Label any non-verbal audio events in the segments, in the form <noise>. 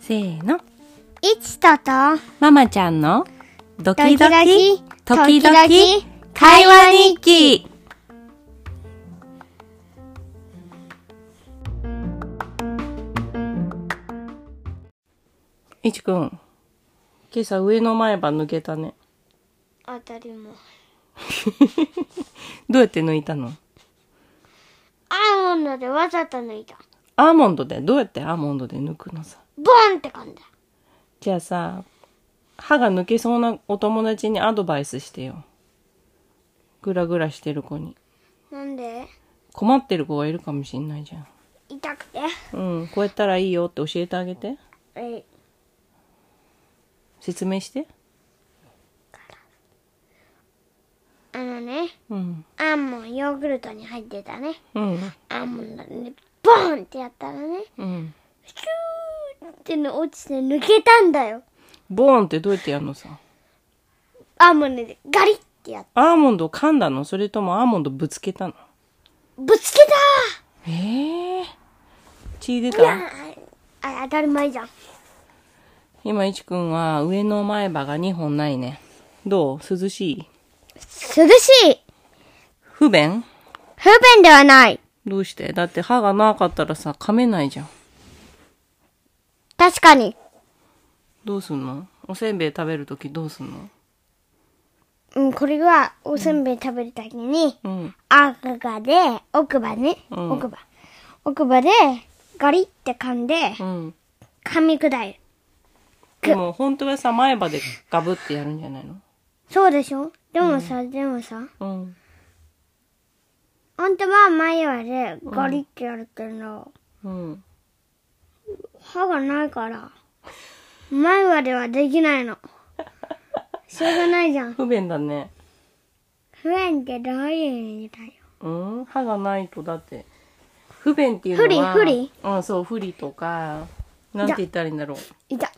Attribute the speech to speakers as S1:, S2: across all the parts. S1: せーの。
S2: いちとと、
S1: ママちゃんのドキド
S2: ド
S1: キ、時
S2: キドキ
S1: 々、会話日記。いちくん、今朝上の前歯抜けたね。
S2: 当たり前。
S1: どうやって抜いたの
S2: アーモンドでわざと抜いた。
S1: アーモンドで、どうやってアーモンドで抜くのさ。
S2: ボンって噛んだ。
S1: じゃあさ、歯が抜けそうなお友達にアドバイスしてよ。グラグラしてる子に。
S2: なんで
S1: 困ってる子がいるかもしんないじゃん。
S2: 痛くて。
S1: うん、こうやったらいいよって教えてあげて。
S2: え、
S1: 説明して。
S2: あのね、
S1: うん。
S2: アーモンドヨーグルトに入ってたね。
S1: うん。
S2: アーモンドでボンってやったらね、
S1: うん。
S2: シューっての落ちて抜けたんだよ。
S1: ボーンってどうやってやるのさ。
S2: アーモンドでガリってやった。
S1: アーモンドを噛んだのそれともアーモンドぶつけたの
S2: ぶつけた
S1: ええー。血出
S2: ーいや
S1: た
S2: ーあ、当たり前じゃん。
S1: 今、いちくんは上の前歯が2本ないね。どう涼しい
S2: 涼しい
S1: 不便
S2: 不便ではない。
S1: どうしてだって歯がなかったらさ、噛めないじゃん。
S2: 確かに。
S1: どうすんのおせんべい食べるときどうすんの
S2: うん、これは、おせんべい食べるときに、
S1: うん。
S2: 赤がで、奥歯ね、
S1: うん
S2: 奥歯。奥歯で、ガリって噛んで、
S1: うん。
S2: 噛み砕る。
S1: でも本当はさ、前歯でガブってやるんじゃないの
S2: そうでしょでもさ、でもさ、
S1: うん。
S2: あんたは前歯でガリってやるけど、
S1: うん。
S2: 歯がないから、前歯ではできな
S1: <laughs>
S2: いの。しょうがないじゃん。
S1: 不便だね。
S2: 不便ってどういう意味だよ。
S1: うん、歯がないとだって不便っていうのは
S2: 不利
S1: うんそう不利とかなんて言ったらいいんだろう
S2: いた。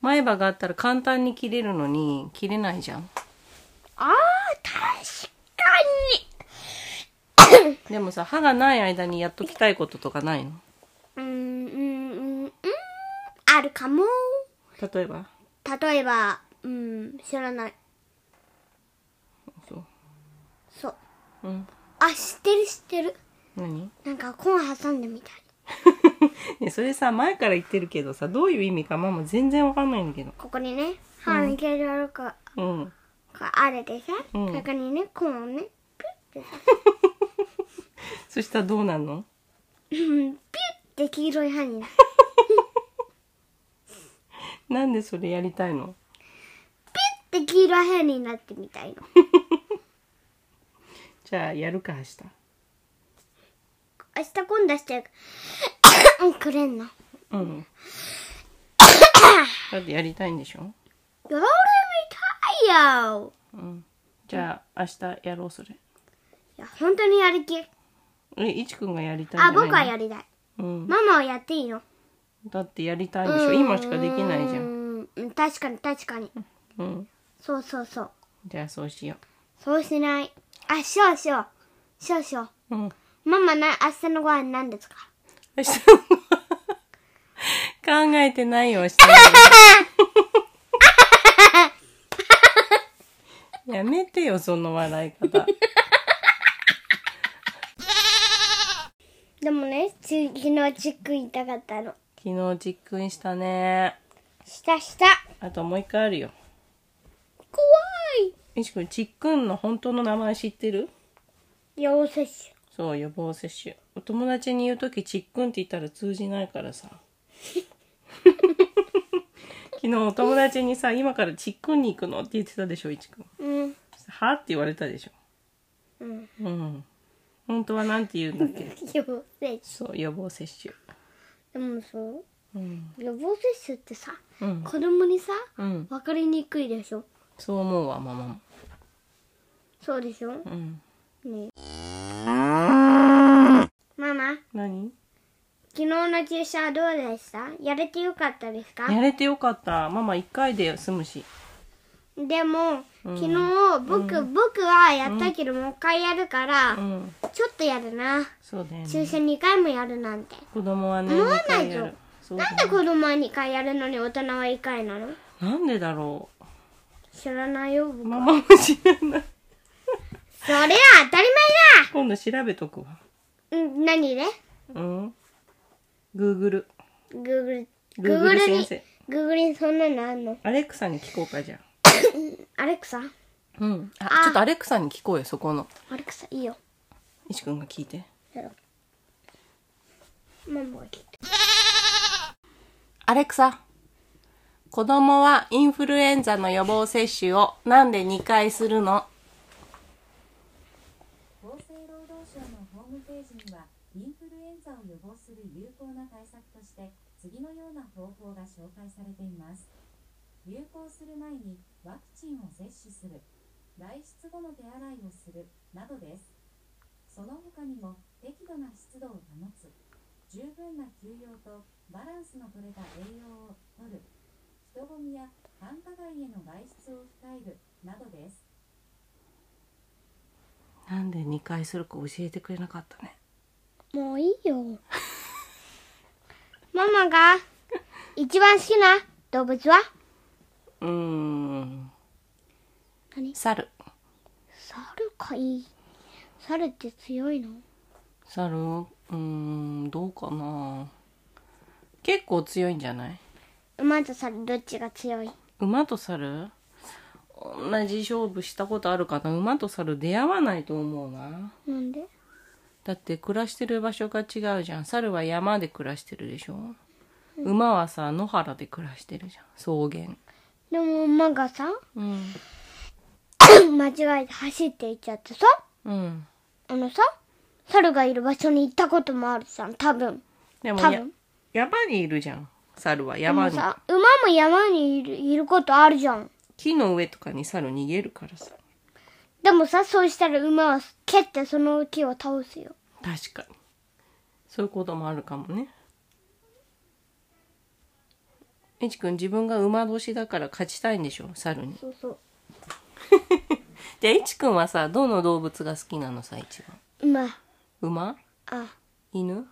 S1: 前歯があったら簡単に切れるのに切れないじゃん
S2: あー、確かに
S1: でもさ歯がない間にやっときたいこととかないの
S2: うーん、うーん、うーん、あるかも。
S1: 例えば
S2: 例えば、うん、知らない。
S1: そう
S2: そ
S1: う
S2: う。
S1: ん
S2: あ、知ってる知ってる。
S1: <laughs> 何
S2: なんかコーン挟んでみたい。
S1: ねそれさ前から言ってるけどさどういう意味かママ全然わかんないんだけど
S2: ここにね、歯抜けるのか、
S1: うん
S2: があれでさ、
S1: うん
S2: ここにね、コーンをね、 <laughs> ピュッてさ、
S1: そしたらどうなんの
S2: うんピュッて黄色い歯になる。 <laughs>
S1: なんでそれやりたいの
S2: ピュッて黄色い歯になってみたいの。
S1: じゃあやるか明日
S2: 明日今度して、 <coughs> くれんの。
S1: うん <laughs> だってやりたいんでしょ
S2: やられみたいよ。
S1: うんじゃあ明日やろうそれ
S2: いや、本当にやる気。
S1: え、いちくんがやりたいんじゃ
S2: あ、
S1: ないの
S2: 僕はやりたい。
S1: うん。
S2: ママはやっていいの
S1: だってやりたいんでしょ今しかできないじゃ。
S2: うんんうん確かに確かに
S1: うん。
S2: そうそうそう
S1: じゃあそうしよ
S2: そうしないあしようしようしようしよ
S1: う。うん。 <laughs>
S2: うママな明日のご飯何ですか
S1: 明日の考えてないよ、明日の <laughs> やめてよ、その笑い方。
S2: でもねつ昨日チック痛かったの
S1: 昨日実訓したね。
S2: したした
S1: あともう一回あるよ。
S2: 怖い
S1: いちくん、実訓の本当の名前知ってる
S2: 陽接種
S1: そう、予防接種。お友達に言うとき、ちっくんって言ったら通じないから
S2: <laughs>
S1: さ。昨日お友達にさ、今からちっくんに行くのって言ってたでしょ、いちくん。
S2: うん
S1: はって言われたでしょ。
S2: うん <laughs>
S1: うん。本当はなんて言うんだっけ。
S2: 予防接種
S1: そう、予防接種。
S2: でもそう
S1: うん。
S2: 予防接種ってさ
S1: うん。
S2: 子供にさ
S1: うん。
S2: 分かりにくいでしょ
S1: そう思うわ、ママも。
S2: そうでしょ
S1: うん。
S2: ねママ
S1: 何
S2: 昨日の注射はどうでしたやれてよかったですか
S1: やれてよかった。ママ一回で済むし。
S2: でも、
S1: うん
S2: 昨日僕、僕僕はやったけど、もう一回やるから、
S1: うん
S2: ちょっとやるな。
S1: そうだよ
S2: 注
S1: ね
S2: 射2回もやるなんて。
S1: 子供はね
S2: 思わない
S1: 2回や
S2: よ
S1: るそうだ
S2: なんで子供は2回やるのに大人は1回なの
S1: なんでだろ
S2: 知らないよ、
S1: う
S2: 僕
S1: ママも知らない
S2: それは当たり
S1: 今度調べとくわ
S2: 前だうん、何で
S1: うんグーグル
S2: ?Google、
S1: Google 先
S2: Google
S1: 生
S2: に、Google にそんなのあんの
S1: アレクサに聞こうかじゃ
S2: アレクサ
S1: あうんあ
S2: あ
S1: ちょっとアレクサに聞こうよそこの
S2: アレクサ、いいよ。
S1: 石くんが聞いて
S2: ママが聞いて。
S1: アレクサ子供はインフルエンザの予防接種をなんで2回するの
S3: 厚生労働省のホームページにはインフルエンザを予防する有効な対策として次のような方法が紹介されています流行する前にワクチンを接種する外出後の手洗いをするなどですその他にも適度な湿度を保つ十分な休養とバランスの取れた栄養をとる人混みや繁華街への外出を控えるなどです
S1: なんで2回するか教えてくれなかったね
S2: もういい <laughs> よ。ママが一番好きな動物は
S1: うーん
S2: 何
S1: 猿
S2: 猿かいい。猿って強いの
S1: 猿うーんどうかな結構強いんじゃない
S2: 馬と猿どっちが強い
S1: 馬と猿同じ勝負したことあるかな馬と猿出会わないと思うな
S2: なんで
S1: だって暮らしてる場所が違うじゃん猿は山で暮らしてるでしょ、馬はさ野原で暮らしてるじゃん草原
S2: でも馬が <coughs> さ、
S1: うん
S2: 間違えて走っていっちゃってさ、
S1: うん
S2: あのさ、猿がいる場所に行ったこともあるじゃん、多分。
S1: でも
S2: 多
S1: や
S2: 分
S1: 山にいるじゃん猿は
S2: で
S1: 山
S2: も
S1: に
S2: さ、馬も山にいるいることあるじゃん。
S1: 木の上とかに猿逃げるからさ
S2: でもさ、そうしたら馬は蹴ってその木を倒すよ。
S1: 確かにそういうこともあるかもねえちくん自分が馬年だから勝ちたいんでしょ猿に
S2: そうそう。
S1: じゃあえちくんはさどの動物が好きなのさ一番
S2: 馬。
S1: 馬
S2: あ、
S1: 犬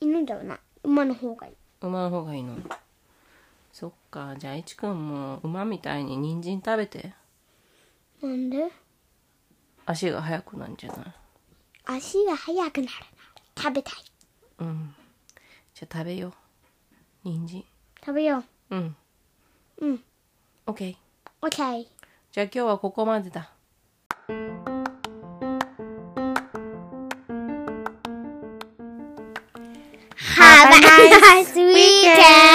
S2: 犬だよな。馬の方がいい。
S1: 馬の方がいいのそっかじゃあいちくんも馬みたいに人参食べて
S2: なんで
S1: 足が速くなんじゃない
S2: 足が速くなるな。食べたい。
S1: うんじゃあ食べよう人参
S2: 食べよ
S1: うん
S2: う。うん。
S1: OK
S2: オッケー。
S1: じゃあ今日はここまでだ
S2: Have a nice weekend!